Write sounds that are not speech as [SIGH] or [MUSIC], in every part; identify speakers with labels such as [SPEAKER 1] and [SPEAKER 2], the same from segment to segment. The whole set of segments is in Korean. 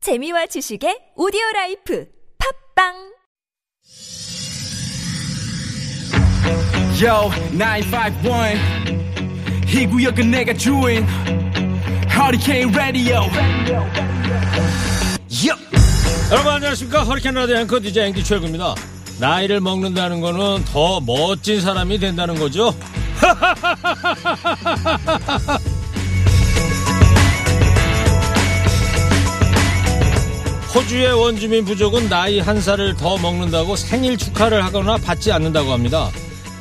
[SPEAKER 1] 재미와 지식의 오디오 라이프 팝빵
[SPEAKER 2] Yo, 951. 이 구역은 내가 주인. Hurricane Radio. Yo.
[SPEAKER 3] 여러분 안녕하십니까 허리케인 라디오 앵커 DJ 앵디 최구입니다 나이를 먹는다는 거는 더 멋진 사람이 된다는 거죠 호주의 원주민 부족은 나이 한 살을 더 먹는다고 생일 축하를 하거나 받지 않는다고 합니다.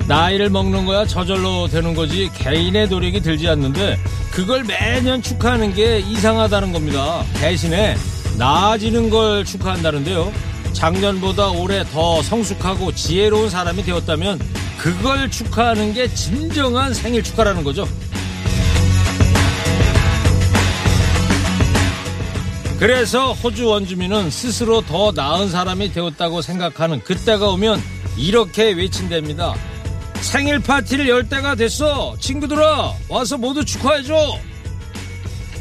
[SPEAKER 3] 나이를 먹는 거야 저절로 되는 거지 개인의 노력이 들지 않는데 그걸 매년 축하하는 게 이상하다는 겁니다. 대신에 나아지는 걸 축하한다는데요. 작년보다 올해 더 성숙하고 지혜로운 사람이 되었다면 그걸 축하하는 게 진정한 생일 축하라는 거죠. 그래서 호주 원주민은 스스로 더 나은 사람이 되었다고 생각하는 그때가 오면 이렇게 외친답니다. 생일 파티를 열 때가 됐어. 친구들아, 와서 모두 축하해줘.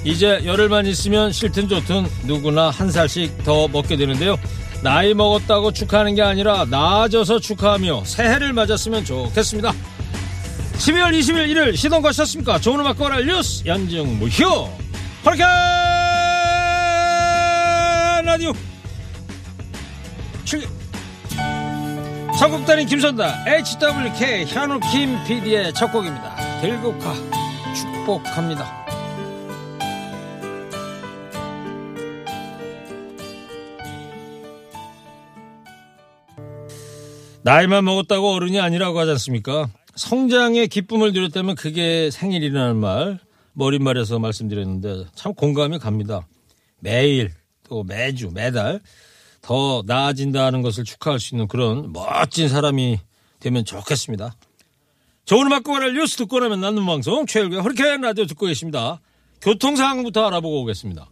[SPEAKER 3] 이제 열흘만 있으면 싫든 좋든 누구나 한 살씩 더 먹게 되는데요. 나이 먹었다고 축하하는 게 아니라 나아져서 축하하며 새해를 맞았으면 좋겠습니다. 12월 20일 일요일 시동 거셨습니까? 좋은 음악 거랄 뉴스 연중 무휴 허리케인 라디오 출격 전국단인 김선다 HWK 현우 김 PD의 첫 곡입니다. 들국화 축복합니다. 나이만 먹었다고 어른이 아니라고 하지 않습니까? 성장의 기쁨을 누렸다면 그게 생일이라는 말, 머릿말에서 말씀드렸는데 참 공감이 갑니다. 매일 또 매주 매달 더 나아진다는 것을 축하할 수 있는 그런 멋진 사람이 되면 좋겠습니다. 좋은 음악 고갈 뉴스 듣고 나면 나는 방송 최일구의 허리케인 라디오 듣고 계십니다. 교통 상황부터 알아보고 오겠습니다.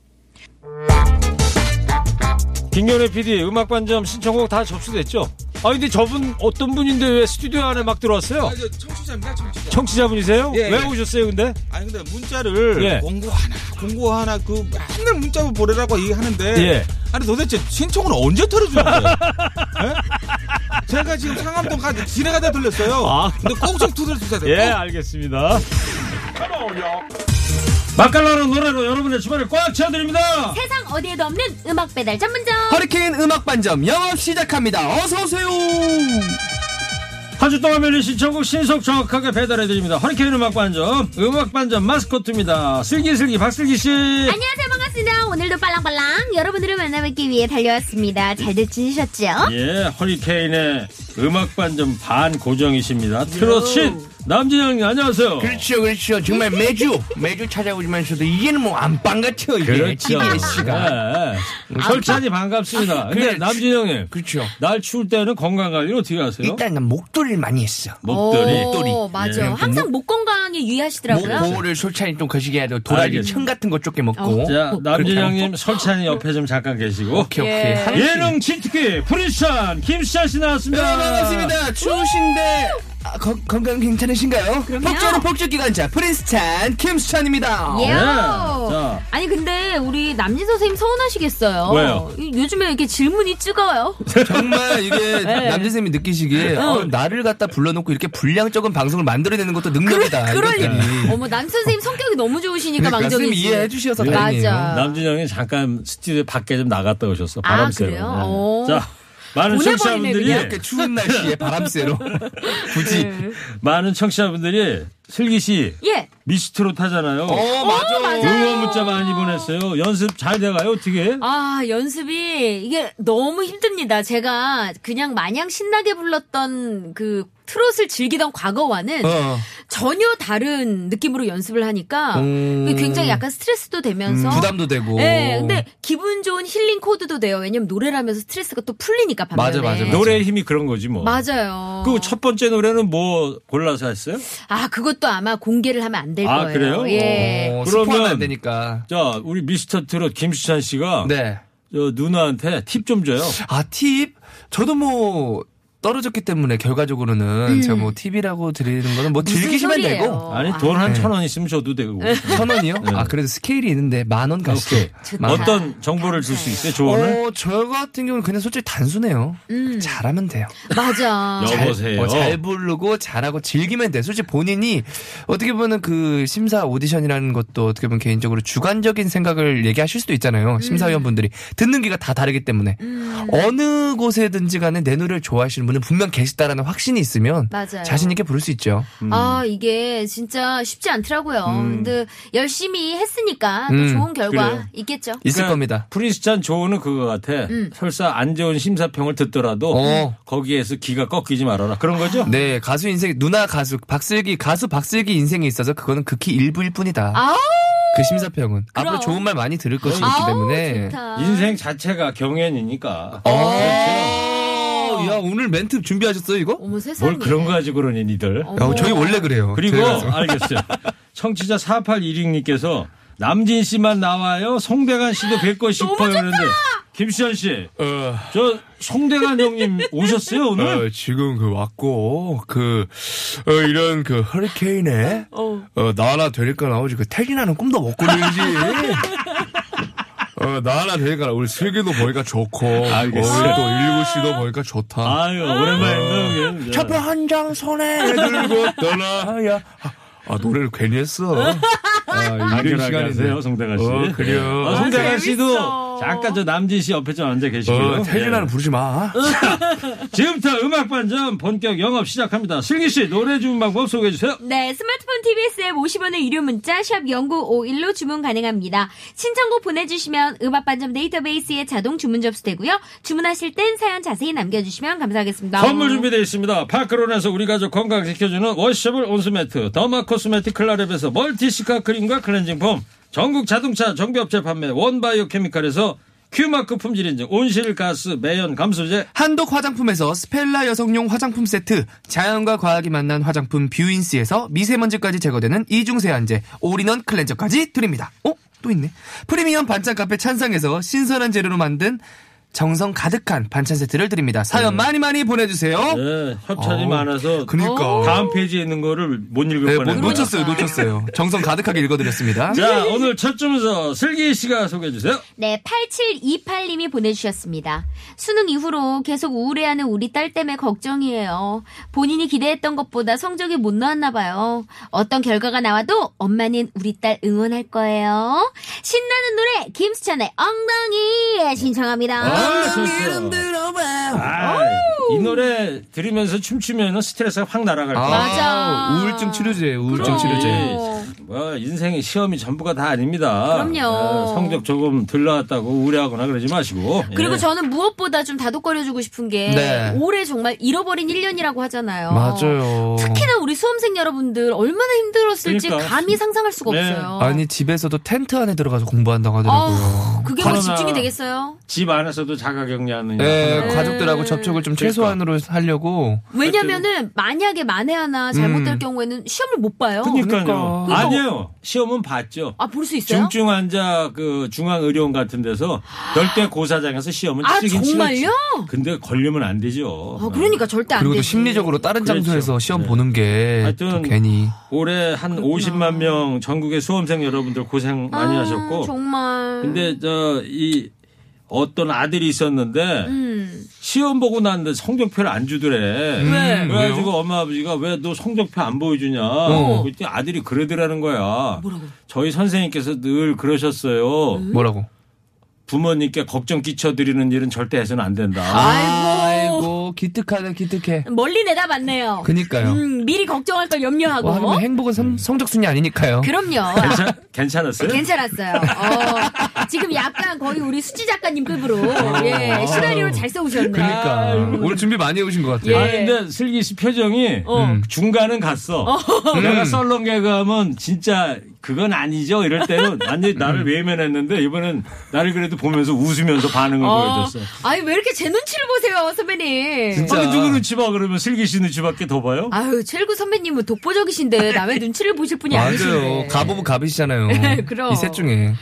[SPEAKER 3] 김경래 PD 음악 반점 신청곡 다 접수됐죠? 아 근데 저분 어떤 분인데 왜 스튜디오 안에 막 들어왔어요?
[SPEAKER 4] 아, 저 청취자입니다, 청취자.
[SPEAKER 3] 청취자분이세요?
[SPEAKER 4] 예,
[SPEAKER 3] 왜
[SPEAKER 4] 예.
[SPEAKER 3] 오셨어요 근데?
[SPEAKER 4] 아니 근데 문자를
[SPEAKER 3] 예.
[SPEAKER 4] 공고 하나, 공고 하나 그 맨날 문자로 보내라고 얘기하는데
[SPEAKER 3] 예.
[SPEAKER 4] 아니 도대체 신청은 언제
[SPEAKER 3] [LAUGHS]
[SPEAKER 4] 털어주는 거예요? 예? 제가 지금 상암동까지 지뢰가다 돌렸어요.
[SPEAKER 3] 아.
[SPEAKER 4] 근데 꼭 좀 두드려주세요.
[SPEAKER 3] 예
[SPEAKER 4] 꼭. 어,
[SPEAKER 3] 알겠습니다 맛깔나는 노래로 여러분의 주말을 꽉 채워드립니다
[SPEAKER 5] 세상 어디에도 없는 음악 배달 전문점.
[SPEAKER 2] 허리케인 음악 반점 영업 시작합니다. 어서 오세요.
[SPEAKER 3] 한 주 동안 열린 신청곡 신속 정확하게 배달해드립니다 허리케인 음악반점 음악반점 마스코트입니다 슬기슬기 박슬기씨
[SPEAKER 5] 안녕하세요 반갑습니다. 오늘도 빨랑빨랑 여러분들을 만나뵙기 위해 달려왔습니다. 잘들 지내셨죠?
[SPEAKER 3] 예 허리케인의 음악반점 반 고정이십니다 트롯신 남진영님 안녕하세요
[SPEAKER 6] 그렇죠, 그렇죠. 정말 매주 매주 찾아오지만서도 이제는 뭐 안방 같아요. 이게.
[SPEAKER 3] 그렇죠.
[SPEAKER 6] TBS가.
[SPEAKER 3] 네. 절찬이 반갑습니다 근데
[SPEAKER 6] 그렇죠. 아, 그래.
[SPEAKER 3] 남진영님
[SPEAKER 6] 그렇죠.
[SPEAKER 3] 날 추울 때는 건강관리 어떻게 하세요?
[SPEAKER 6] 일단 난 목도리를 많이 했어.
[SPEAKER 3] 목도리
[SPEAKER 5] 오, 맞아.
[SPEAKER 3] 예.
[SPEAKER 5] 항상 목 건강에
[SPEAKER 6] 목
[SPEAKER 5] 유의하시더라고요.
[SPEAKER 6] 보호를 솔찬히 좀 거시게 해도 도라지
[SPEAKER 3] 알겠습니다.
[SPEAKER 6] 청 같은 거 쫓게 먹고.
[SPEAKER 3] 자,
[SPEAKER 6] 그렇게
[SPEAKER 3] 남진영님 설찬이 옆에 좀 잠깐 계시고.
[SPEAKER 6] 오케이, 오케이.
[SPEAKER 5] 예.
[SPEAKER 6] 하나씩.
[SPEAKER 3] 예능 치트키 프리션 김시아 씨
[SPEAKER 6] 네,
[SPEAKER 3] 나왔습니다.
[SPEAKER 6] 반갑습니다. 추우신데 아, 거- 건강 괜찮으신가요? 폭주하는 폭주기관자 프린스찬 김수찬입니다.
[SPEAKER 5] 예.
[SPEAKER 3] 자.
[SPEAKER 5] 아니 근데 우리 남진 선생님 서운하시겠어요.
[SPEAKER 3] 왜요?
[SPEAKER 5] 이- 요즘에 이렇게 질문이 찍어요.
[SPEAKER 6] 정말
[SPEAKER 5] [LAUGHS]
[SPEAKER 6] 이게
[SPEAKER 5] 네.
[SPEAKER 6] 남자쌤이 느끼시기에 어, 나를 갖다 불러놓고 이렇게 분량 적은 방송을 만들어내는 것도 능력이다.
[SPEAKER 5] 그럴
[SPEAKER 6] 이것들이.
[SPEAKER 5] 리. 어머 남 선생님 성격이 너무 좋으시니까
[SPEAKER 6] 그러니까 선생님이
[SPEAKER 5] 망정이지. 네.
[SPEAKER 6] 이해해 주셔서 다행이에요.
[SPEAKER 5] 맞아.
[SPEAKER 3] 남진영이 잠깐 스튜디오 밖에 좀 나갔다 오셨어.
[SPEAKER 5] 아,
[SPEAKER 3] 바람 쐬러.
[SPEAKER 5] 그래요?
[SPEAKER 3] 네.
[SPEAKER 5] 오.
[SPEAKER 3] 자, 많은
[SPEAKER 5] 보내버리네,
[SPEAKER 3] 청취자분들이
[SPEAKER 6] 이렇게 추운 날씨에 바람
[SPEAKER 5] [LAUGHS]
[SPEAKER 6] 쐬러 굳이
[SPEAKER 5] 네.
[SPEAKER 3] 많은 청취자분들이 슬기 씨
[SPEAKER 5] 예.
[SPEAKER 3] 미스트롯 하잖아요.
[SPEAKER 6] 어 맞아
[SPEAKER 3] 응원 문자 많이 보냈어요. 연습 잘 돼가요, 어떻게?
[SPEAKER 5] 아, 연습이 이게 너무 힘듭니다. 제가 그냥 마냥 신나게 불렀던 그 트롯을 즐기던 과거와는
[SPEAKER 6] 어.
[SPEAKER 5] 전혀 다른 느낌으로 연습을 하니까
[SPEAKER 6] 음.
[SPEAKER 5] 굉장히 약간 스트레스도 되면서
[SPEAKER 6] 부담도 되고
[SPEAKER 5] 네, 근데 기분 좋은 힐링 코드도 돼요. 왜냐면 노래라면서 스트레스가 또 풀리니까 반면에.
[SPEAKER 6] 맞아, 맞아, 맞아.
[SPEAKER 3] 노래의 힘이 그런 거지 뭐.
[SPEAKER 5] 맞아요.
[SPEAKER 3] 그 첫 번째 노래는 뭐 골라서 했어요?
[SPEAKER 5] 아, 그것도 아마 공개를 하면 안 될
[SPEAKER 3] 아,
[SPEAKER 5] 거예요.
[SPEAKER 3] 그래요?
[SPEAKER 5] 예.
[SPEAKER 6] 어,
[SPEAKER 3] 그러면-
[SPEAKER 6] 스포하면 안 되니까
[SPEAKER 3] 자, 우리 미스터 트롯 김수찬 씨가
[SPEAKER 6] 네.
[SPEAKER 3] 저 누나한테 팁 좀 줘요.
[SPEAKER 6] 아, 팁? 저도 뭐, 떨어졌기 때문에 결과적으로는 제가 뭐 팁이라고 드리는 거는 뭐
[SPEAKER 5] 음. 무슨
[SPEAKER 6] 즐기시면
[SPEAKER 5] 소리예요? 네.
[SPEAKER 6] 되고
[SPEAKER 3] 아니 돈 한 천 원 있으면 줘도 되고
[SPEAKER 6] 천 원이요? 아 그래도 스케일이 있는데 만 원 가시죠.
[SPEAKER 3] 오케이.
[SPEAKER 5] 좋다.
[SPEAKER 6] 만 원.
[SPEAKER 3] 어떤 정보를 줄 수 있어요?
[SPEAKER 5] 네.
[SPEAKER 3] 조언을?
[SPEAKER 6] 어, 저 같은 경우는 그냥 솔직히 단순해요.
[SPEAKER 5] 음.
[SPEAKER 6] 잘하면 돼요.
[SPEAKER 5] 맞아.
[SPEAKER 3] 여-
[SPEAKER 6] 잘-
[SPEAKER 3] 여보세요.
[SPEAKER 6] 어, 잘 부르고 잘하고 즐기면 돼. 솔직히 본인이 어떻게 보면 그 심사 오디션이라는 것도 어떻게 보면 개인적으로 주관적인 생각을 얘기하실 수도 있잖아요.
[SPEAKER 5] 음.
[SPEAKER 6] 심사위원분들이 듣는 귀가 다 다르기 때문에 어느 곳에든지 간에 내 노래를 좋아하시는 분은 분명 계시다라는 확신이 있으면
[SPEAKER 5] 맞아요.
[SPEAKER 6] 자신 있게 부를 수 있죠.
[SPEAKER 3] 음.
[SPEAKER 5] 아, 이게 진짜 쉽지 않더라고요. 근데 열심히 했으니까 또
[SPEAKER 6] 음,
[SPEAKER 5] 좋은 결과
[SPEAKER 3] 그래요.
[SPEAKER 5] 있겠죠.
[SPEAKER 6] 있을
[SPEAKER 3] 그러니까
[SPEAKER 6] 겁니다.
[SPEAKER 3] 프린스찬 조언은 그거 같아.
[SPEAKER 5] 음.
[SPEAKER 3] 설사 안 좋은 심사평을 듣더라도
[SPEAKER 6] 어.
[SPEAKER 3] 거기에서 귀가 꺾이지 말아라. 그런 거죠?
[SPEAKER 6] 네, 가수 인생 누나 가수 박슬기 가수 박슬기 인생에 있어서 그거는 극히 일부일 뿐이다.
[SPEAKER 5] 아우!
[SPEAKER 6] 그 심사평은 앞으로
[SPEAKER 5] 그럼.
[SPEAKER 6] 좋은 말 많이 들을 것이 있기
[SPEAKER 5] 아우,
[SPEAKER 6] 때문에.
[SPEAKER 5] 좋다.
[SPEAKER 3] 인생 자체가 경연이니까.
[SPEAKER 6] 어, 그렇죠. 야 오늘 멘트 준비하셨어요 이거?
[SPEAKER 5] 어머 세상에. 어.
[SPEAKER 3] 뭘 그런 거 가지고 그러니 니들.
[SPEAKER 6] 야, 저희 원래 그래요.
[SPEAKER 3] 그리고
[SPEAKER 6] 저희 [LAUGHS] 가수.
[SPEAKER 3] 알겠어요. 청취자 4816님께서 남진 씨만 나와요. 송대관 씨도 뵙고 싶어요. 그는데 김수현 씨,
[SPEAKER 6] 어,
[SPEAKER 3] 저 송대관 형님 오셨어요 오늘?
[SPEAKER 6] 어, 지금 그 왔고 그 어, 이런 그 허리케인에 어, 나 하나 되니까 나오지 그 태진아는 꿈도 못 꾸는지. 어, 나 하나 되니까 우리 슬기도 보니까 좋고
[SPEAKER 3] 알겠어요.
[SPEAKER 6] 어, 또 일구 씨도 보니까 좋다.
[SPEAKER 3] 아유 오랜만에
[SPEAKER 6] 차표 한 장 손에 들고 떠나야. 아, 아, 노래를 괜히 했어.
[SPEAKER 3] [LAUGHS]
[SPEAKER 6] 아, 이런
[SPEAKER 3] 간결하게
[SPEAKER 6] 시간인데요.
[SPEAKER 3] 하세요 송대관 씨.
[SPEAKER 6] 어, 그래요.
[SPEAKER 3] 어, 송대관 씨도 잠깐 저 남진 씨 옆에 좀 앉아 계시고요.
[SPEAKER 6] 어, 태진아는
[SPEAKER 3] 예.
[SPEAKER 6] 부르지 마.
[SPEAKER 3] 지금부터 음악반점 본격 영업 시작합니다. 슬기 씨 노래 주문 방법 소개해 주세요.
[SPEAKER 5] 네, 스마트폰 TBS 앱 50원의 유료 문자 샵 0951로 주문 가능합니다. 신청곡 보내주시면 음악반점 데이터베이스에 자동 주문 접수되고요. 주문하실 땐 사연 자세히 남겨주시면 감사하겠습니다.
[SPEAKER 3] 선물 준비되어 있습니다. 파크론에서 우리 가족 건강 지켜주는 워셔블 온수매트, 더마 코스메틱 클라랩에서 멀티시카 크림과 클렌징폼, 전국 자동차 정비업체 판매 원바이오 케미칼에서 큐마크 품질 인증, 온실가스 매연 감소제,
[SPEAKER 6] 한독 화장품에서 스펠라 여성용 화장품 세트, 자연과 과학이 만난 화장품 뷰인스에서 미세먼지까지 제거되는 이중 세안제, 올인원 클렌저까지 드립니다. 어? 또 있네. 프리미엄 반찬 카페 찬상에서 신선한 재료로 만든 정성 가득한 반찬 세트를 드립니다. 사연
[SPEAKER 3] 네.
[SPEAKER 6] 많이 많이 보내주세요.
[SPEAKER 3] 예, 협찬이
[SPEAKER 6] 어,
[SPEAKER 3] 많아서 어.
[SPEAKER 6] 그니까.
[SPEAKER 3] 다음 페이지에 있는 거를 못 읽을
[SPEAKER 6] 그러니까. 네, 못,
[SPEAKER 3] 뻔했네요.
[SPEAKER 6] 놓쳤어요, 놓쳤어요. 정성 가득하게 읽어드렸습니다.
[SPEAKER 3] 자, 오늘 첫 주문서 슬기 씨가 소개해 주세요.
[SPEAKER 5] 네, 8728님이 보내주셨습니다. 수능 이후로 계속 우울해하는 우리 딸 때문에 걱정이에요. 본인이 기대했던 것보다 성적이 못 나왔나 봐요. 어떤 결과가 나와도 엄마는 우리 딸 응원할 거예요. 신나는 노래 김수찬의 엉덩이 신청합니다.
[SPEAKER 3] 아, 좋죠. 아, 이 노래 들으면서 춤추면 스트레스가 확 날아갈 거예요.
[SPEAKER 5] 맞아.
[SPEAKER 6] 우울증 치료제예요, 우울증
[SPEAKER 3] 그럼.
[SPEAKER 6] 치료제.
[SPEAKER 3] 뭐 인생의 시험이 전부가 다 아닙니다.
[SPEAKER 5] 그럼요.
[SPEAKER 3] 예, 성적 조금 덜 나왔다고 우려하거나 그러지 마시고.
[SPEAKER 5] 네. 그리고
[SPEAKER 3] 예.
[SPEAKER 5] 저는 무엇보다 좀 다독거려주고 싶은 게
[SPEAKER 6] 네.
[SPEAKER 5] 올해 정말 잃어버린 1년이라고 하잖아요.
[SPEAKER 6] 맞아요.
[SPEAKER 5] 특히나 우리 수험생 여러분들 얼마나 힘들었을지
[SPEAKER 3] 그러니까.
[SPEAKER 5] 감히 상상할 수가
[SPEAKER 3] 네.
[SPEAKER 5] 없어요.
[SPEAKER 6] 아니 집에서도 텐트 안에 들어가서 공부한다고 하더라고요.
[SPEAKER 5] 아우, 그게 뭐
[SPEAKER 3] 코로나-
[SPEAKER 5] 집중이 되겠어요?
[SPEAKER 3] 집 안에서도 자가격리하는.
[SPEAKER 6] 네,
[SPEAKER 5] 음.
[SPEAKER 3] 네. 그러니까.
[SPEAKER 6] 가족들하고 접촉을 좀 최소한으로 하려고.
[SPEAKER 5] 왜냐면은 만약에 만에 하나 잘못될
[SPEAKER 6] 음.
[SPEAKER 5] 경우에는 시험을 못 봐요.
[SPEAKER 3] 그러니까요.
[SPEAKER 6] 그러니까.
[SPEAKER 3] 아니에요. 시험은 봤죠.
[SPEAKER 5] 아, 볼 수 있어요?
[SPEAKER 3] 중증 환자 그 중앙 의료원 같은 데서 열대 고사장에서 시험은
[SPEAKER 5] 아,
[SPEAKER 3] 치긴 치렀지.
[SPEAKER 5] 정말요?
[SPEAKER 3] 근데 걸리면 안 되죠.
[SPEAKER 5] 아, 그러니까 절대 안
[SPEAKER 6] 그리고 또
[SPEAKER 5] 되지.
[SPEAKER 6] 심리적으로 다른
[SPEAKER 3] 그렇죠.
[SPEAKER 6] 장소에서 시험
[SPEAKER 3] 네.
[SPEAKER 6] 보는 게또
[SPEAKER 3] 하여튼
[SPEAKER 6] 괜히.
[SPEAKER 3] 올해 한 50만 명 전국의 수험생 여러분들 고생 많이
[SPEAKER 5] 아,
[SPEAKER 3] 하셨고.
[SPEAKER 5] 정말.
[SPEAKER 3] 근데 저 이 어떤 아들이 있었는데
[SPEAKER 5] 음.
[SPEAKER 3] 시험 보고 났는데 성적표를 안 주더래.
[SPEAKER 6] 왜?
[SPEAKER 3] 음, 그래가지고 엄마 아버지가 왜 너 성적표 안 보여주냐.
[SPEAKER 6] 어.
[SPEAKER 3] 그랬더니 아들이 그러더라는 거야. 저희 선생님께서 늘 그러셨어요.
[SPEAKER 6] 뭐라고?
[SPEAKER 3] 부모님께 걱정 끼쳐드리는 일은 절대 해서는 안 된다.
[SPEAKER 5] 아이고.
[SPEAKER 6] 아이고, 기특하네, 기특해.
[SPEAKER 5] 멀리 내다봤네요.
[SPEAKER 6] 그니까요.
[SPEAKER 5] 음, 미리 걱정할 걸 염려하고.
[SPEAKER 6] 와, 뭐 하지만 행복은 성- 성적순이 아니니까요.
[SPEAKER 5] 그럼요.
[SPEAKER 3] 뭐 괜찮, 괜찮았어요?
[SPEAKER 5] 괜찮았어요. 어, 지금 약간 거의 우리 수지 작가님 급으로
[SPEAKER 3] 어.
[SPEAKER 5] 예, 시나리오를 잘 어. 써오셨네.
[SPEAKER 6] 그러니까. 오늘 준비 많이 해오신 것 같아요.
[SPEAKER 5] 예.
[SPEAKER 3] 아니, 근데 슬기 씨 표정이 음, 중간은 어. 갔어. 음. 내가 썰렁 개그하면 진짜 그건 아니죠. 이럴 때는 완전히 나를 외면했는데 이번엔 나를 그래도 보면서 웃으면서 반응을 보여줬어.
[SPEAKER 5] 아니 왜 이렇게 제 눈치를 보세요, 선배님.
[SPEAKER 6] 진짜.
[SPEAKER 3] 아니, 누구 눈치 봐 그러면 슬기 씨 눈치밖에 더 봐요?
[SPEAKER 5] 아유, 최일구 선배님은 독보적이신데 남의
[SPEAKER 6] [LAUGHS]
[SPEAKER 5] 눈치를 보실 분이 아니신데.
[SPEAKER 6] 맞아요. 갑오브
[SPEAKER 5] [LAUGHS]
[SPEAKER 6] 갑이시잖아요.
[SPEAKER 5] 그럼.
[SPEAKER 6] 이 셋 중에.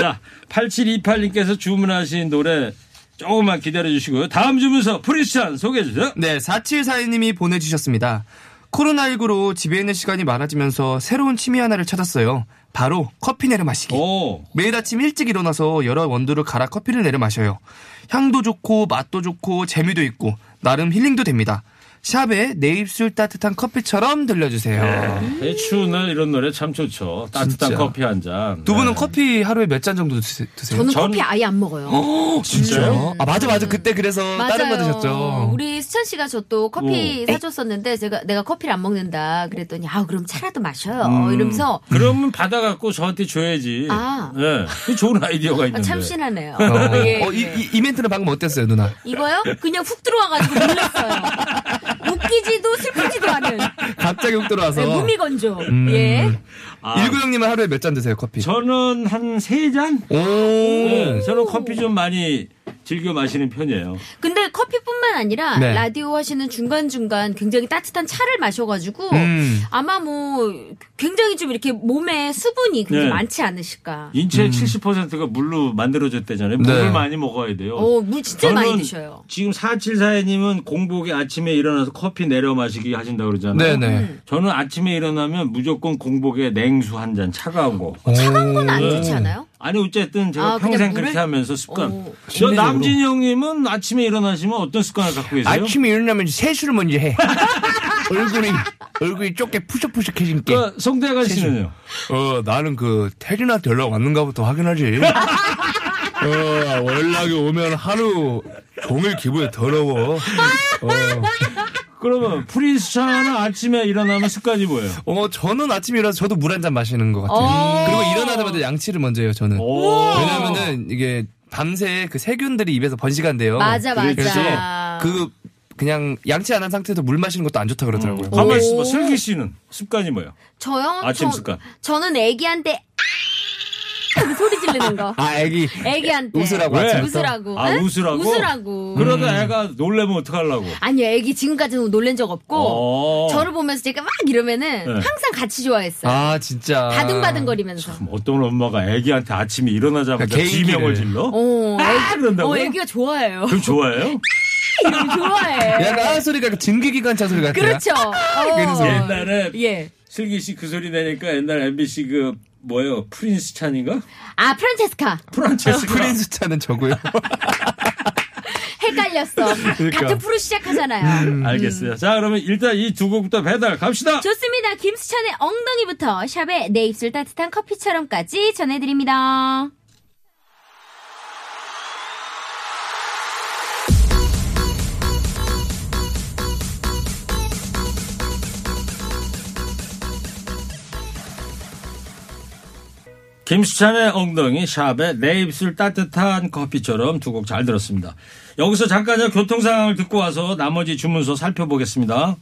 [SPEAKER 3] 자, 8728님께서 주문하신 노래 조금만 기다려주시고요. 다음 주문서 프리스찬 소개해주세요.
[SPEAKER 6] 네, 4742님이 보내주셨습니다. 코로나19로 집에 있는 시간이 많아지면서 새로운 취미 하나를 찾았어요. 바로 커피 내려 마시기.
[SPEAKER 3] 오,
[SPEAKER 6] 매일 아침 일찍 일어나서 여러 원두를 갈아 커피를 내려 마셔요. 향도 좋고 맛도 좋고 재미도 있고 나름 힐링도 됩니다. 샵에 내 입술 따뜻한 커피처럼 들려주세요.
[SPEAKER 3] 이 추운 날 이런 노래 참 좋죠. 따뜻한
[SPEAKER 6] 진짜.
[SPEAKER 3] 커피 한 잔.
[SPEAKER 6] 두 분은
[SPEAKER 3] 네.
[SPEAKER 6] 커피 하루에 몇 잔 정도 드세, 드세요?
[SPEAKER 5] 저는
[SPEAKER 3] 전-
[SPEAKER 5] 커피 아예 안 먹어요.
[SPEAKER 6] 진짜요? 아 맞아 맞아 그때 그래서 다른 거 드셨죠.
[SPEAKER 5] 우리 수찬 씨가 저 또 커피 사줬었는데 제가 내가 커피를 안 먹는다 그랬더니 아 그럼 차라도 마셔요
[SPEAKER 6] 음.
[SPEAKER 5] 이러면서
[SPEAKER 3] 네. 그러면 받아갖고 저한테 줘야지.
[SPEAKER 5] 아.
[SPEAKER 3] 예. 그 좋은 아이디어가
[SPEAKER 5] 아,
[SPEAKER 3] 있는데.
[SPEAKER 5] 참신하네요.
[SPEAKER 6] 음. 어,
[SPEAKER 5] 예,
[SPEAKER 6] 어, 이,
[SPEAKER 5] 예.
[SPEAKER 6] 이, 이 멘트는 방금 어땠어요 누나?
[SPEAKER 5] 이거요? 그냥 훅 들어와가지고 놀랐어요. 웃기지도 슬프지도 않은
[SPEAKER 6] 갑자기 훅 들어와서. 음.
[SPEAKER 5] 네, 무미건조. 예.
[SPEAKER 6] 일구형님은 하루에 몇 잔 드세요 커피?
[SPEAKER 3] 저는 한 세 잔?
[SPEAKER 6] 오.
[SPEAKER 3] 네, 저는 커피 좀 많이 즐겨 마시는 편이에요.
[SPEAKER 5] 근데 커피뿐만 아니라
[SPEAKER 6] 네.
[SPEAKER 5] 라디오 하시는 중간중간 굉장히 따뜻한 차를 마셔가지고
[SPEAKER 6] 음.
[SPEAKER 5] 아마 뭐 굉장히 좀 이렇게 몸에 수분이 굉장히
[SPEAKER 3] 네.
[SPEAKER 5] 많지 않으실까.
[SPEAKER 3] 인체의 70%가 물로 만들어졌대잖아요. 물을
[SPEAKER 6] 네.
[SPEAKER 3] 많이 먹어야 돼요.
[SPEAKER 5] 어, 물 진짜 많이
[SPEAKER 3] 저는
[SPEAKER 5] 드셔요.
[SPEAKER 3] 지금 4742님은 공복에 아침에 일어나서 커피 내려 마시기 하신다고 그러잖아요. 음.
[SPEAKER 6] 네네.
[SPEAKER 3] 저는 아침에 일어나면 무조건 공복에 냉수 한 잔 차가운 거.
[SPEAKER 5] 차가운 건 안 좋지
[SPEAKER 3] 네.
[SPEAKER 5] 않아요?
[SPEAKER 3] 아니 어쨌든 제가
[SPEAKER 5] 어. 아, 그냥
[SPEAKER 3] 평생
[SPEAKER 5] 물을?
[SPEAKER 3] 그렇게 하면서 습관.
[SPEAKER 5] 오.
[SPEAKER 3] 저 남진 형님은 아침에 일어나시면 어떤 습관을 갖고 계세요?
[SPEAKER 6] 아침에 일어나면 세수를 먼저 해. [LAUGHS] 얼굴이 얼굴이 쪼게 푸석푸석해진 게.
[SPEAKER 3] 그러니까 성대 아가씨는요?
[SPEAKER 6] 어 나는 그 태진한테 연락 왔는가부터
[SPEAKER 5] [LAUGHS]
[SPEAKER 6] 확인하지. 어 연락이 오면 하루 종일 기분이 더러워.
[SPEAKER 3] 그러면 프린스 차는 아침에 일어나면 습관이 뭐예요?
[SPEAKER 6] 어 저는 아침에 일어나서 저도 물 한 잔 마시는 것 같아요.
[SPEAKER 5] 어.
[SPEAKER 6] 그리고 일어나자마자 양치를 먼저 해요 저는.
[SPEAKER 3] 오.
[SPEAKER 6] 왜냐면은 이게 밤새 그 세균들이 입에서 번식한대요.
[SPEAKER 5] 맞아, 맞아.
[SPEAKER 6] 그래서 그 그냥 양치 안 한 상태에서 물 마시는 것도 안 좋다
[SPEAKER 5] 음.
[SPEAKER 6] 그러더라고요.
[SPEAKER 3] 가만 있어봐. 슬기 씨는 습관이 뭐예요?
[SPEAKER 5] 저요?
[SPEAKER 3] 아침
[SPEAKER 5] 저,
[SPEAKER 3] 습관.
[SPEAKER 5] 저는 애기한테 아! 하고 소리 지르는 거.
[SPEAKER 6] 아 애기
[SPEAKER 5] 애기한테.
[SPEAKER 6] 웃으라고
[SPEAKER 3] 왜?
[SPEAKER 6] 아침부터?
[SPEAKER 5] 웃으라고.
[SPEAKER 3] 아
[SPEAKER 5] 응?
[SPEAKER 3] 웃으라고?
[SPEAKER 5] 웃으라고.
[SPEAKER 3] 그러다 애가 놀래면 어떡하려고?
[SPEAKER 5] 아니요, 애기 지금까지는 놀란 적 없고
[SPEAKER 3] 어.
[SPEAKER 5] 저를 보면서 제가 막 이러면은
[SPEAKER 3] 네.
[SPEAKER 5] 항상 같이 좋아했어요.
[SPEAKER 6] 아 진짜.
[SPEAKER 5] 바둥바둥거리면서.
[SPEAKER 3] 그럼 어떤 엄마가 애기한테 아침에 일어나자마자
[SPEAKER 6] 그러니까 개인기를.
[SPEAKER 3] 지명을 질러?
[SPEAKER 5] 어,
[SPEAKER 3] 아, 그런다고요?
[SPEAKER 5] 어, 애기가 좋아해요.
[SPEAKER 3] 그럼 좋아해요?
[SPEAKER 5] 이름 좋아해.
[SPEAKER 6] 약간 아 소리가 그 증기기관차 소리 같아요.
[SPEAKER 5] 그렇죠.
[SPEAKER 6] 이러는 소리.
[SPEAKER 5] 어.
[SPEAKER 3] 옛날에
[SPEAKER 5] 예.
[SPEAKER 3] 슬기 씨 그 소리 내니까 옛날 MBC 그 뭐예요? 프린스 찬인가?
[SPEAKER 5] 아, 프란체스카.
[SPEAKER 3] 프란체스가
[SPEAKER 6] 아, 프린스 차는 저고요.
[SPEAKER 5] 헷갈렸어. 같은 프로 시작하잖아요.
[SPEAKER 3] 음. 알겠어요. 자, 그러면 일단 이 두 곡부터 배달 갑시다.
[SPEAKER 5] 좋습니다. 김수찬의 엉덩이부터 샵에 내 입술 따뜻한 커피처럼까지 전해드립니다.
[SPEAKER 3] 김수찬의 엉덩이 샵에 내 입술 따뜻한 커피처럼 두 곡 잘 들었습니다. 여기서 잠깐 저 교통 상황을 듣고 와서 나머지 주문서 살펴보겠습니다.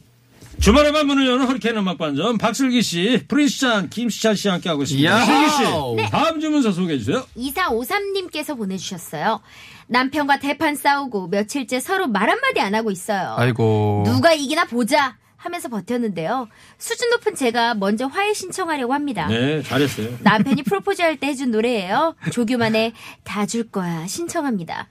[SPEAKER 3] 주말에만 문을 여는 허리케인 음악 반점 박슬기 씨, 프린스 찬, 김수찬 씨와 함께하고 있습니다.
[SPEAKER 6] 야호!
[SPEAKER 3] 슬기 씨,
[SPEAKER 5] 네.
[SPEAKER 3] 다음 주문서 소개해 주세요.
[SPEAKER 5] 2453님께서 보내주셨어요. 남편과 대판 싸우고 며칠째 서로 말 한마디 안 하고 있어요.
[SPEAKER 6] 아이고.
[SPEAKER 5] 누가 이기나 보자 하면서 버텼는데요. 수준 높은 제가 먼저 화해 신청하려고 합니다.
[SPEAKER 3] 네, 잘했어요.
[SPEAKER 5] 남편이 프로포즈 할 때 해준 노래예요. 조규만의 다 줄 거야 신청합니다.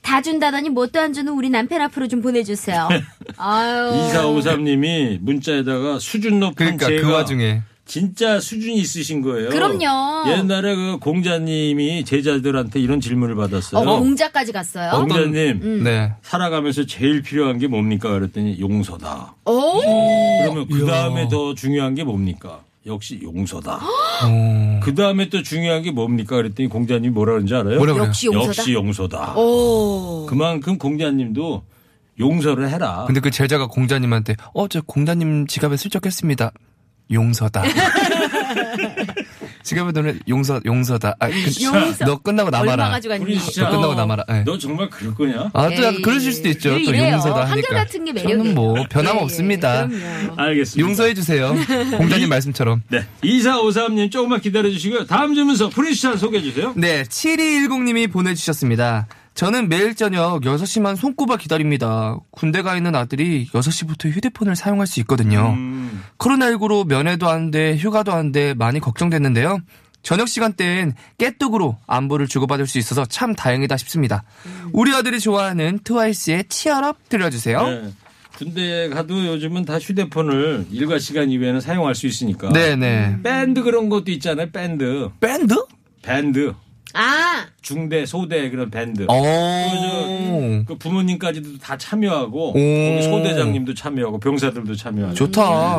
[SPEAKER 5] 다 준다더니 뭣도 안 주는 우리 남편 앞으로 좀 보내주세요.
[SPEAKER 6] 네.
[SPEAKER 5] 아유. 어,
[SPEAKER 3] 2453님이 문자에다가 수준 높은
[SPEAKER 6] 그러니까
[SPEAKER 3] 제가
[SPEAKER 6] 그 와중에
[SPEAKER 3] 진짜 수준이 있으신 거예요.
[SPEAKER 5] 그럼요.
[SPEAKER 3] 옛날에 그 공자님이 제자들한테 이런 질문을 받았어요.
[SPEAKER 5] 어, 공자까지 갔어요.
[SPEAKER 3] 공자님
[SPEAKER 5] 음.
[SPEAKER 6] 네.
[SPEAKER 3] 살아가면서 제일 필요한 게 뭡니까? 그랬더니 용서다.
[SPEAKER 6] 어?
[SPEAKER 5] 오.
[SPEAKER 3] 그러면 그 다음에 더 중요한 게 뭡니까? 역시 용서다.
[SPEAKER 6] 어.
[SPEAKER 3] 그 다음에 또 중요한 게 뭡니까? 그랬더니 공자님이 뭐라 그러는지 알아요?
[SPEAKER 6] 뭐라 그래요?
[SPEAKER 5] 역시 용서다.
[SPEAKER 3] 역시 용서다.
[SPEAKER 5] 오.
[SPEAKER 3] 그만큼 공자님도 용서를 해라.
[SPEAKER 6] 근데 그 제자가 공자님한테 어 저 공자님 지갑에 슬쩍했습니다. 용서다. [LAUGHS] 지갑에 돈을 용서 용서다. 아, 그-
[SPEAKER 5] 용서.
[SPEAKER 6] 너 끝나고
[SPEAKER 5] 얼마
[SPEAKER 6] 남아라.
[SPEAKER 5] 가져갔니?
[SPEAKER 3] 우리 진짜
[SPEAKER 6] 너 끝나고 남아라. 예.
[SPEAKER 3] 너 정말 그럴 거냐?
[SPEAKER 6] 아, 또 약간
[SPEAKER 5] 에이,
[SPEAKER 6] 그러실 수도 있죠.
[SPEAKER 5] 늘
[SPEAKER 6] 또
[SPEAKER 5] 이래요.
[SPEAKER 6] 용서다 하니까.
[SPEAKER 5] 한결같은 게 매력이에요. 예, 네,
[SPEAKER 6] 저는 뭐 변함 없습니다.
[SPEAKER 3] 알겠습니다.
[SPEAKER 6] 용서해 주세요. 공자님 말씀처럼.
[SPEAKER 3] 네. 2453님 조금만 기다려주시고요. 다음 주문서 프리스찬 소개해주세요.
[SPEAKER 6] 네, 7210님이 보내주셨습니다. 저는 매일 저녁 6시만 손꼽아 기다립니다. 군대 가 있는 아들이 6시부터 휴대폰을 사용할
[SPEAKER 3] 음.
[SPEAKER 6] 수 있거든요. 코로나19로 면회도 안 돼, 휴가도 안 돼, 많이 걱정됐는데요. 저녁 시간대엔 깨뚝으로 안부를 주고받을 수 있어서 참 다행이다 싶습니다. 우리 아들이 좋아하는 트와이스의 치얼업 들려주세요.
[SPEAKER 3] 음. 네. 군대 가도 요즘은 다 휴대폰을 일과 시간 이외에는 사용할 수 있으니까.
[SPEAKER 6] 네네.
[SPEAKER 3] 밴드 그런 것도 있잖아요. 밴드.
[SPEAKER 6] 밴드?
[SPEAKER 3] 밴드.
[SPEAKER 5] 아,
[SPEAKER 3] 중대, 소대 그런 밴드.
[SPEAKER 6] 어. 오.
[SPEAKER 3] 그 부모님까지도 다 참여하고
[SPEAKER 6] 오.
[SPEAKER 3] 거기 소대장님도 참여하고 병사들도 참여하고
[SPEAKER 6] 좋다.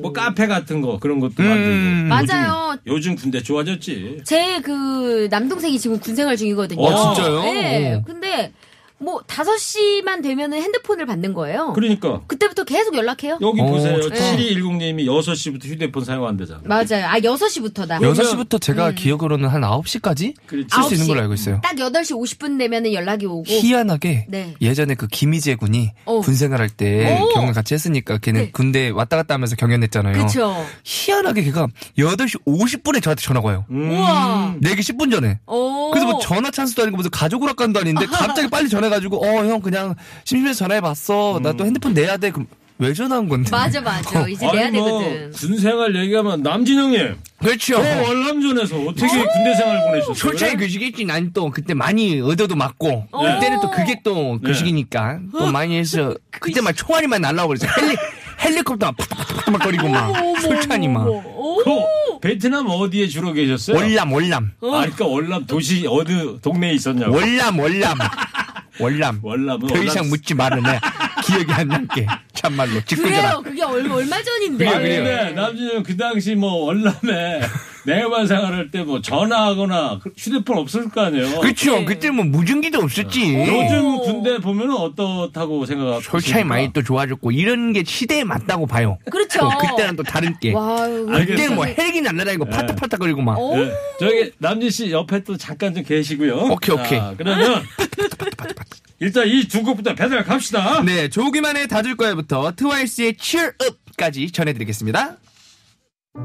[SPEAKER 3] 뭐 카페 같은 거 그런 것도
[SPEAKER 6] 음.
[SPEAKER 3] 만들고
[SPEAKER 5] 맞아요.
[SPEAKER 3] 요즘, 요즘 군대 좋아졌지
[SPEAKER 5] 제 그 남동생이 지금 군생활 중이거든요.
[SPEAKER 3] 어,
[SPEAKER 6] 진짜요?
[SPEAKER 5] 네.
[SPEAKER 6] 어.
[SPEAKER 5] 근데 뭐 5시만 되면은 핸드폰을 받는 거예요.
[SPEAKER 3] 그러니까
[SPEAKER 5] 그때부터 계속 연락해요.
[SPEAKER 3] 여기
[SPEAKER 6] 오,
[SPEAKER 3] 보세요
[SPEAKER 6] 어, 좋다.
[SPEAKER 3] 7210님이 6시부터 휴대폰 사용한대잖아
[SPEAKER 5] 맞아요. 아, 6시부터다.
[SPEAKER 3] 그러면-
[SPEAKER 6] 6시부터 제가
[SPEAKER 3] 음.
[SPEAKER 6] 기억으로는 한 9시까지
[SPEAKER 3] 그렇지.
[SPEAKER 6] 쓸 수 있는
[SPEAKER 5] 9시.
[SPEAKER 6] 걸로 알고 있어요.
[SPEAKER 5] 딱 8시 50분 되면은 연락이 오고.
[SPEAKER 6] 희한하게
[SPEAKER 5] 네.
[SPEAKER 6] 예전에 그 김희재 군이
[SPEAKER 5] 어.
[SPEAKER 6] 군 생활할 때
[SPEAKER 5] 어.
[SPEAKER 6] 경연 같이 했으니까 걔는
[SPEAKER 5] 네.
[SPEAKER 6] 군대 왔다 갔다 하면서 경연했잖아요.
[SPEAKER 5] 그쵸.
[SPEAKER 6] 희한하게 걔가 8시 50분에 저한테 전화가 와요.
[SPEAKER 5] 우와.
[SPEAKER 6] 내기 10분 전에.
[SPEAKER 5] 오.
[SPEAKER 6] 음. 그래서 뭐 전화 찬스도 아니고 무슨 가족 오락관도 아닌데 갑자기 빨리 전해가지고 어 형 그냥 심심해서 전화해봤어. 나 또 핸드폰 내야 돼. 그럼 왜 전화한 건데?
[SPEAKER 5] 맞아,
[SPEAKER 6] [LAUGHS]
[SPEAKER 5] 맞아. 이제 내야
[SPEAKER 3] 아니 뭐
[SPEAKER 5] 되거든.
[SPEAKER 3] 군생활 얘기하면 남진형님
[SPEAKER 6] 그렇죠.
[SPEAKER 3] 저 월남전에서 어떻게 군대 생활 보내셨어요?
[SPEAKER 6] 솔직히 교식이지 난 또 그때 많이 얻어도 맞고
[SPEAKER 5] 네.
[SPEAKER 6] 그때는 또 그게 또
[SPEAKER 3] 네.
[SPEAKER 6] 교식이니까 또 많이 해서 그때 막 총알이 막 날라오고 그래서 헬리 헬리콥터 막 팍팍팍 막 거리고 막 아, 솔찬이 막
[SPEAKER 5] 오.
[SPEAKER 3] 그 베트남 어디에 주로 계셨어요?
[SPEAKER 6] 월남 월남
[SPEAKER 3] 아, 그러니까 월남 도시 어느 동네에 있었냐고
[SPEAKER 6] 월남 월남 월남
[SPEAKER 3] 월남은
[SPEAKER 6] 더 이상
[SPEAKER 3] 월남-
[SPEAKER 6] 묻지 말아내 기억이 안 남게 참말로 짓궂어라
[SPEAKER 5] 그래요. 그게 얼마, 얼마 전인데.
[SPEAKER 3] 아니 근데 남준형 그 당시 뭐
[SPEAKER 6] [LAUGHS]
[SPEAKER 3] 월남에 내외반 생활할 때 뭐 전화하거나 그 휴대폰 없을 거 아니에요.
[SPEAKER 6] 그렇죠 그때 뭐 무전기도 없었지
[SPEAKER 3] 어. 요즘 군대 보면은 어떻다고 생각하세요?
[SPEAKER 6] 솔찬이
[SPEAKER 3] 그러니까.
[SPEAKER 6] 많이 또 좋아졌고 이런 게 시대에 맞다고 봐요
[SPEAKER 5] 그렇죠.
[SPEAKER 6] 또 그때랑 또 다른 게
[SPEAKER 5] 와,
[SPEAKER 6] 그때
[SPEAKER 3] 알겠어요.
[SPEAKER 6] 뭐 헬기 날라다니고 파타파타 거리고 막
[SPEAKER 5] 어?
[SPEAKER 3] 네. 저기 남진 씨 옆에 또 잠깐 좀 계시고요.
[SPEAKER 6] 오케이, 오케이. [LAUGHS]
[SPEAKER 3] 자, 그러면 일단 이 두 곡부터 배달 갑시다.
[SPEAKER 6] 네, 조기만의 다줄 거야부터 트와이스의 Cheer Up까지 전해드리겠습니다.
[SPEAKER 3] 아,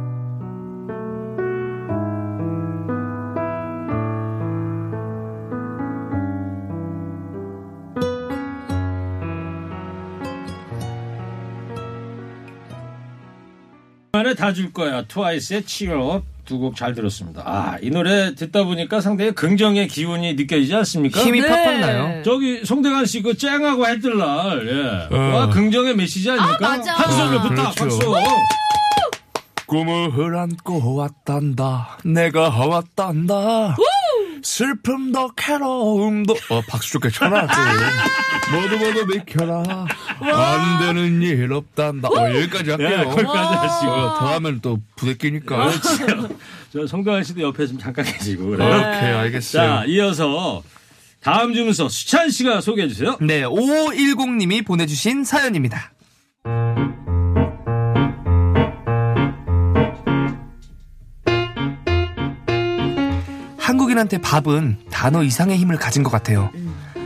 [SPEAKER 3] 만에 다 줄 거야. 트와이스의 치업 두 곡 잘 들었습니다. 아, 이 노래 듣다 보니까 상당히 긍정의 기운이 느껴지지 않습니까?
[SPEAKER 6] 힘이
[SPEAKER 5] 네.
[SPEAKER 6] 팍팍 나요.
[SPEAKER 3] 저기 송대관 씨 그 쨍하고 해뜰날 예. 와 긍정의 메시지 아닙니까?
[SPEAKER 5] 아, 맞아.
[SPEAKER 3] 한 소절 부탁
[SPEAKER 6] 어. 그렇죠.
[SPEAKER 3] 박수.
[SPEAKER 6] 꿈을 안고 왔단다. 내가 왔단다. 슬픔도 괴로움도 어, 박수 좋게
[SPEAKER 3] 아!
[SPEAKER 6] 쳐라. 좀. 모두 모두 비켜라. 안 되는 일 없단다. 어, 여기까지
[SPEAKER 3] 예,
[SPEAKER 6] 할게요.
[SPEAKER 3] 거기까지 하시고. 아,
[SPEAKER 6] 어, 더 하면 또 부대끼니까.
[SPEAKER 3] 저 송대관 씨도 옆에 좀 잠깐 계시고
[SPEAKER 6] 오케이,
[SPEAKER 3] 그래요. 네. 자,
[SPEAKER 6] 알겠어요.
[SPEAKER 3] 이어서 다음 주문서 수찬 씨가 소개해 주세요.
[SPEAKER 6] 네, 5510님이 보내주신 사연입니다. 한국인한테 밥은 단어 이상의 힘을 가진 것 같아요.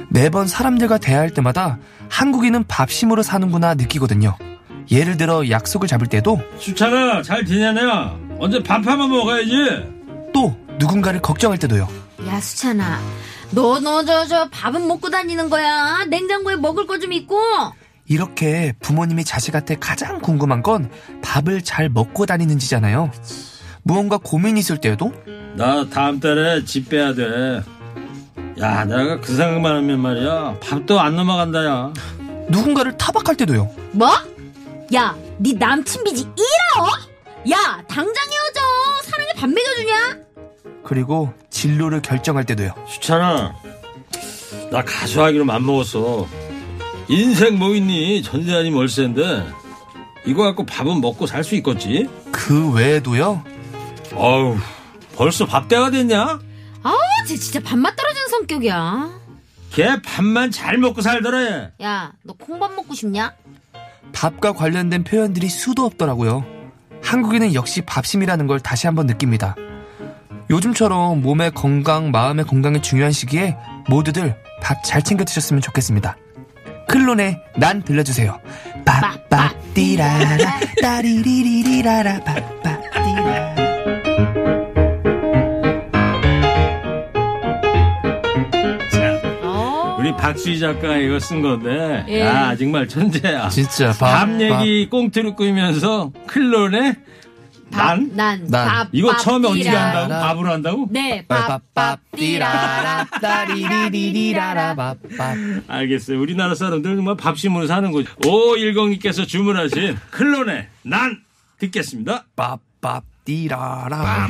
[SPEAKER 6] 매번 사람들과 대화할 때마다 한국인은 밥심으로 사는구나 느끼거든요. 예를 들어 약속을 잡을 때도
[SPEAKER 3] 수찬아, 잘 지내냐? 언제 밥 한번 먹어야지.
[SPEAKER 6] 또 누군가를 걱정할 때도요.
[SPEAKER 5] 야, 수찬아. 너, 너, 저, 저, 밥은 먹고 다니는 거야. 냉장고에 먹을 거 좀 있고.
[SPEAKER 6] 이렇게 부모님이 자식한테 가장 궁금한 건 밥을 잘 먹고 다니는지잖아요. 무언가 고민이 있을 때에도
[SPEAKER 3] 나 다음 달에 집 빼야 돼. 야, 내가 그 생각만 하면 말이야. 밥도 안 넘어간다, 야.
[SPEAKER 6] 누군가를 타박할 때도요.
[SPEAKER 5] 뭐? 야, 네 남친 빚이 1억? 야, 당장 헤어져. 사랑에 밥 먹여주냐?
[SPEAKER 6] 그리고 진로를 결정할 때도요.
[SPEAKER 3] 수찬아, 나 가수하기로 맘먹었어. 인생 뭐 있니? 전세 아니 월세인데. 이거 갖고 밥은 먹고 살 수 있겠지?
[SPEAKER 6] 그 외에도요.
[SPEAKER 3] 어우, 벌써 밥때가 됐냐?
[SPEAKER 5] 아우, 쟤 진짜 밥맛 떨어지는 성격이야.
[SPEAKER 3] 걔 밥만 잘 먹고 살더래.
[SPEAKER 5] 야, 너 콩밥 먹고 싶냐?
[SPEAKER 6] 밥과 관련된 표현들이 수도 없더라고요. 한국인은 역시 밥심이라는 걸 다시 한번 느낍니다. 요즘처럼 몸의 건강, 마음의 건강이 중요한 시기에 모두들 밥 잘 챙겨 드셨으면 좋겠습니다. 클론의 난 들려주세요. 밥밥띠라라 따리리리리라라 밥밥띠라
[SPEAKER 5] 어.
[SPEAKER 3] 우리 박수희 작가 이거 쓴 건데.
[SPEAKER 5] 예.
[SPEAKER 3] 야, 정말 천재야.
[SPEAKER 6] 진짜
[SPEAKER 3] 밥 얘기 꽁트를 꾸면서 클론의
[SPEAKER 5] 밥,
[SPEAKER 3] 난?
[SPEAKER 5] 난,
[SPEAKER 6] 난.
[SPEAKER 5] 밥,
[SPEAKER 3] 이거
[SPEAKER 5] 밥,
[SPEAKER 3] 처음에 어떻게
[SPEAKER 5] 띠라.
[SPEAKER 3] 한다고? 밥으로 한다고?
[SPEAKER 5] 네, 밥, 밥, 띠라라, 따리리리리라라.
[SPEAKER 6] 빠빠빠빠빠빠빠빠빠빠빠빠빠
[SPEAKER 3] 알겠어요. 우리나라 사람들은 정말 밥심으로 사는 거죠. 오일공님께서 주문하신 클론의 난 듣겠습니다.
[SPEAKER 6] 띠라라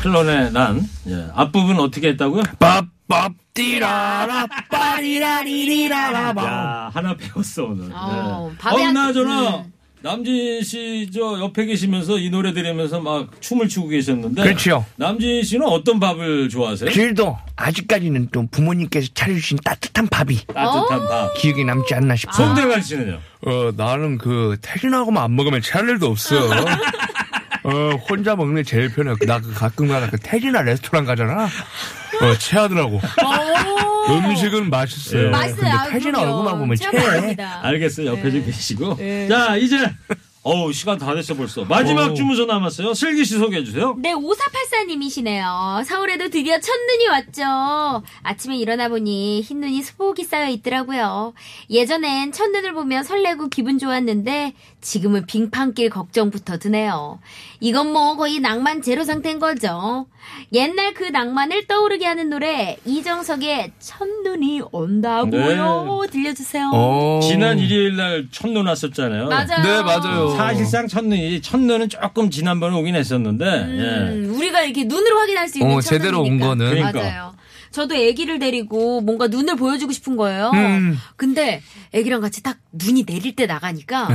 [SPEAKER 3] 클론의 난 예. 앞부분 어떻게 했다고요?
[SPEAKER 6] 빠빠 띠라라 빠리라리리라라 빠
[SPEAKER 3] 야 하나 배웠어 오늘.
[SPEAKER 5] 어, 밥이
[SPEAKER 3] 어,
[SPEAKER 5] 안-
[SPEAKER 3] 나저나
[SPEAKER 5] 음.
[SPEAKER 3] 남진 씨 저 옆에 계시면서 이 노래 들으면서 막 춤을 추고 계셨는데.
[SPEAKER 7] 그렇죠.
[SPEAKER 3] 남진 씨는 어떤 밥을 좋아하세요?
[SPEAKER 7] 그래도 아직까지는 또 부모님께서 차려주신 따뜻한 밥이
[SPEAKER 3] 따뜻한
[SPEAKER 5] 어.
[SPEAKER 3] 밥.
[SPEAKER 7] 기억에 남지 않나 싶어.
[SPEAKER 3] 송대관 씨는요?
[SPEAKER 7] 어, 나는 그 퇴근하고만 안 먹으면 차릴 일도 없어. 어, 혼자 먹는 게 제일 편해. 나 그 가끔 가다 그 태진아 레스토랑 가잖아. 어, 체하더라고.
[SPEAKER 5] 오!
[SPEAKER 7] 음식은 맛있어요.
[SPEAKER 3] 예.
[SPEAKER 5] 맛있어요.
[SPEAKER 7] 네, 근데
[SPEAKER 5] 아유,
[SPEAKER 7] 태진아
[SPEAKER 5] 그럼요.
[SPEAKER 7] 얼굴만 보면
[SPEAKER 5] 체험
[SPEAKER 7] 체해.
[SPEAKER 5] 갑니다.
[SPEAKER 3] 알겠어요. 옆에 좀 계시고.
[SPEAKER 5] 예.
[SPEAKER 3] 자, 이제 어우 시간 다 됐어 벌써. 마지막 주문서 남았어요. 슬기 씨 소개해 주세요.
[SPEAKER 5] 네, 5484님이시네요. 서울에도 드디어 첫눈이 왔죠. 아침에 일어나 보니 흰눈이 수복이 쌓여 있더라고요. 예전엔 첫눈을 보면 설레고 기분 좋았는데 지금은 빙판길 걱정부터 드네요. 이건 뭐 거의 낭만 제로 상태인 거죠. 옛날 그 낭만을 떠오르게 하는 노래 이정석의 첫눈이 온다고요. 들려주세요.
[SPEAKER 6] 네. 어.
[SPEAKER 3] 지난 일요일 날 첫눈 왔었잖아요.
[SPEAKER 5] 맞아요.
[SPEAKER 6] 네 맞아요
[SPEAKER 3] 사실상 첫눈이 첫눈은 조금 지난번에 오긴 했었는데 예.
[SPEAKER 5] 음, 우리가 이렇게 눈으로 확인할 수 있는
[SPEAKER 6] 어, 제대로 온
[SPEAKER 5] 천상이니까.
[SPEAKER 6] 거는.
[SPEAKER 3] 그러니까.
[SPEAKER 5] 맞아요. 저도 아기를 데리고 뭔가 눈을 보여주고 싶은 거예요.
[SPEAKER 6] 음.
[SPEAKER 5] 근데 아기랑 같이 딱 눈이 내릴 때 나가니까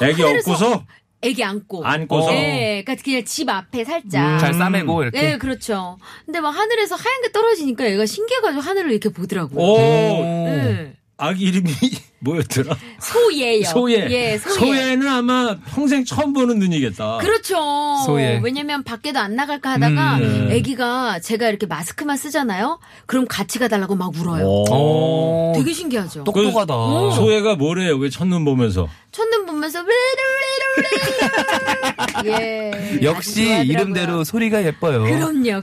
[SPEAKER 6] 예.
[SPEAKER 5] [GASPS]
[SPEAKER 3] 애기
[SPEAKER 5] 하늘에서 어.
[SPEAKER 3] 업고서
[SPEAKER 5] 아기 안고
[SPEAKER 3] 안고서
[SPEAKER 5] 네, 그러니까 그냥 집 앞에 살짝
[SPEAKER 3] 음.
[SPEAKER 6] 음. 잘 싸매고 이렇게
[SPEAKER 5] 네, 그렇죠. 근데 막 하늘에서 하얀 게 떨어지니까 얘가 신기해가지고 하늘을 이렇게 보더라고요.
[SPEAKER 3] 오
[SPEAKER 5] 네.
[SPEAKER 3] 아기 이름이 [LAUGHS] 뭐였더라?
[SPEAKER 5] 소예요.
[SPEAKER 3] 소예.
[SPEAKER 5] 예, 소예.
[SPEAKER 3] 는 아마 평생 처음 보는 눈이겠다.
[SPEAKER 5] 그렇죠.
[SPEAKER 6] 소예.
[SPEAKER 5] 왜냐면 밖에도 안 나갈까 하다가
[SPEAKER 3] 음.
[SPEAKER 5] 아기가 제가 이렇게 마스크만 쓰잖아요. 그럼 같이 가달라고 막 울어요.
[SPEAKER 3] 오.
[SPEAKER 6] 어,
[SPEAKER 5] 되게 음. 신기하죠.
[SPEAKER 6] 똑똑하다
[SPEAKER 3] 그
[SPEAKER 7] 그
[SPEAKER 3] 소예가 뭐래요? 왜 첫눈 보면서?
[SPEAKER 5] 첫눈 보면서 [LAUGHS] 레르레르레르 예.
[SPEAKER 6] 역시
[SPEAKER 5] 아주 좋아하더라고요.
[SPEAKER 6] 이름대로 소리가 예뻐요
[SPEAKER 5] 그럼요.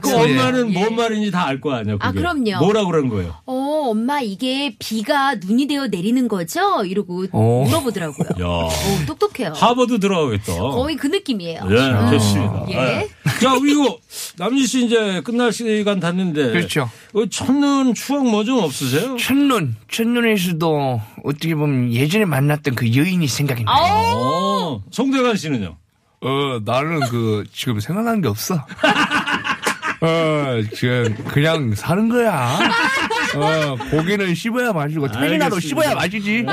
[SPEAKER 3] 그
[SPEAKER 5] 그럼요.
[SPEAKER 3] 엄마는
[SPEAKER 5] 예.
[SPEAKER 3] 뭔 말인지 다 알 거 아니야. 그게.
[SPEAKER 5] 아, 그럼요.
[SPEAKER 3] 뭐라 그런 거예요?
[SPEAKER 5] 어, 엄마 이게 비가 눈이 되어 내리는 거죠? 이러고
[SPEAKER 6] 오.
[SPEAKER 5] 물어보더라고요.
[SPEAKER 3] 야.
[SPEAKER 5] 오, 똑똑해요.
[SPEAKER 3] 하버드 들어가겠다.
[SPEAKER 5] 거의 그 느낌이에요.
[SPEAKER 3] 예, 좋습니다.
[SPEAKER 5] 예.
[SPEAKER 3] 예. 자, 그리고 남진 씨 이제 끝날 시간 됐는데.
[SPEAKER 6] 그렇죠.
[SPEAKER 3] 어, 첫눈 추억 뭐 좀 없으세요?
[SPEAKER 7] 첫눈, 첫눈에서도 어떻게 보면 예전에 만났던 그 여인이 생각이
[SPEAKER 5] 아,
[SPEAKER 7] 나.
[SPEAKER 3] 어, 송대관 씨는요?
[SPEAKER 7] 어, 나는 그 지금 생각난 게 없어. 어, 지금 그냥 사는 거야. 어, 고기는 씹어야 마시고 태진아도
[SPEAKER 3] 알겠습니다.
[SPEAKER 7] 씹어야 마시지.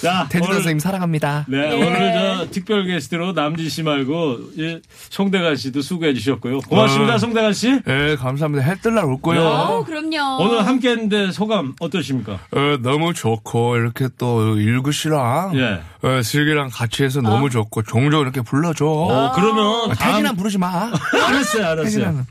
[SPEAKER 3] 자,
[SPEAKER 6] 태진아
[SPEAKER 3] 오늘-
[SPEAKER 6] 선생님 사랑합니다
[SPEAKER 3] 네, 오늘 저 특별 게스트로 남진 씨 말고 예, 송대관 씨도 수고해 주셨고요. 고맙습니다,
[SPEAKER 7] 어.
[SPEAKER 3] 송대관 씨.
[SPEAKER 7] 예, 감사합니다. 해 뜰날 올 거예요.
[SPEAKER 5] 어, 그럼요.
[SPEAKER 3] 오늘 함께 했는데 소감 어떠십니까?
[SPEAKER 7] 어, 너무 좋고 이렇게 또 일구 씨랑
[SPEAKER 3] 예.
[SPEAKER 7] 어, 슬기랑 같이 해서 너무 좋고 종종 이렇게 불러줘.
[SPEAKER 3] 어, 그러면 다음
[SPEAKER 7] 아. 태진아 부르지 마.
[SPEAKER 3] 알았어요, 알았어요.
[SPEAKER 7] 태진아는.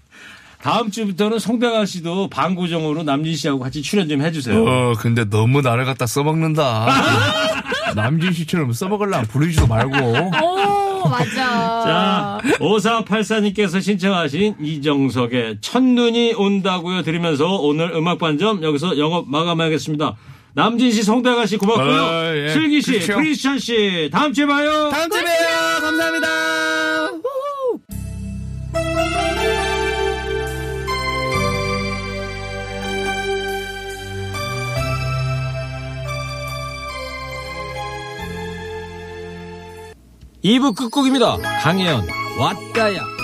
[SPEAKER 3] 다음 주부터는 송대관 씨도 방구정으로 남진 씨하고 같이 출연 좀 해주세요.
[SPEAKER 7] 어, 근데 너무 나를 갖다 [LAUGHS] 써먹는다. 남진 씨처럼 써먹으려면 부르지도 말고.
[SPEAKER 5] 오, 맞아.
[SPEAKER 3] 자, 5484님께서 신청하신 이정석의 첫눈이 온다고요 들으면서 오늘 음악반점 여기서 영업 마감하겠습니다. 남진 씨, 송다가 씨 고맙고요.
[SPEAKER 7] 어, 예.
[SPEAKER 3] 슬기 씨,
[SPEAKER 7] 그렇죠.
[SPEAKER 3] 크리스찬 씨, 다음 주에
[SPEAKER 6] 아,
[SPEAKER 3] 봐요.
[SPEAKER 6] 다음 주에 봬요 감사합니다
[SPEAKER 3] 이부 끝곡입니다. 강혜연, 왔다야.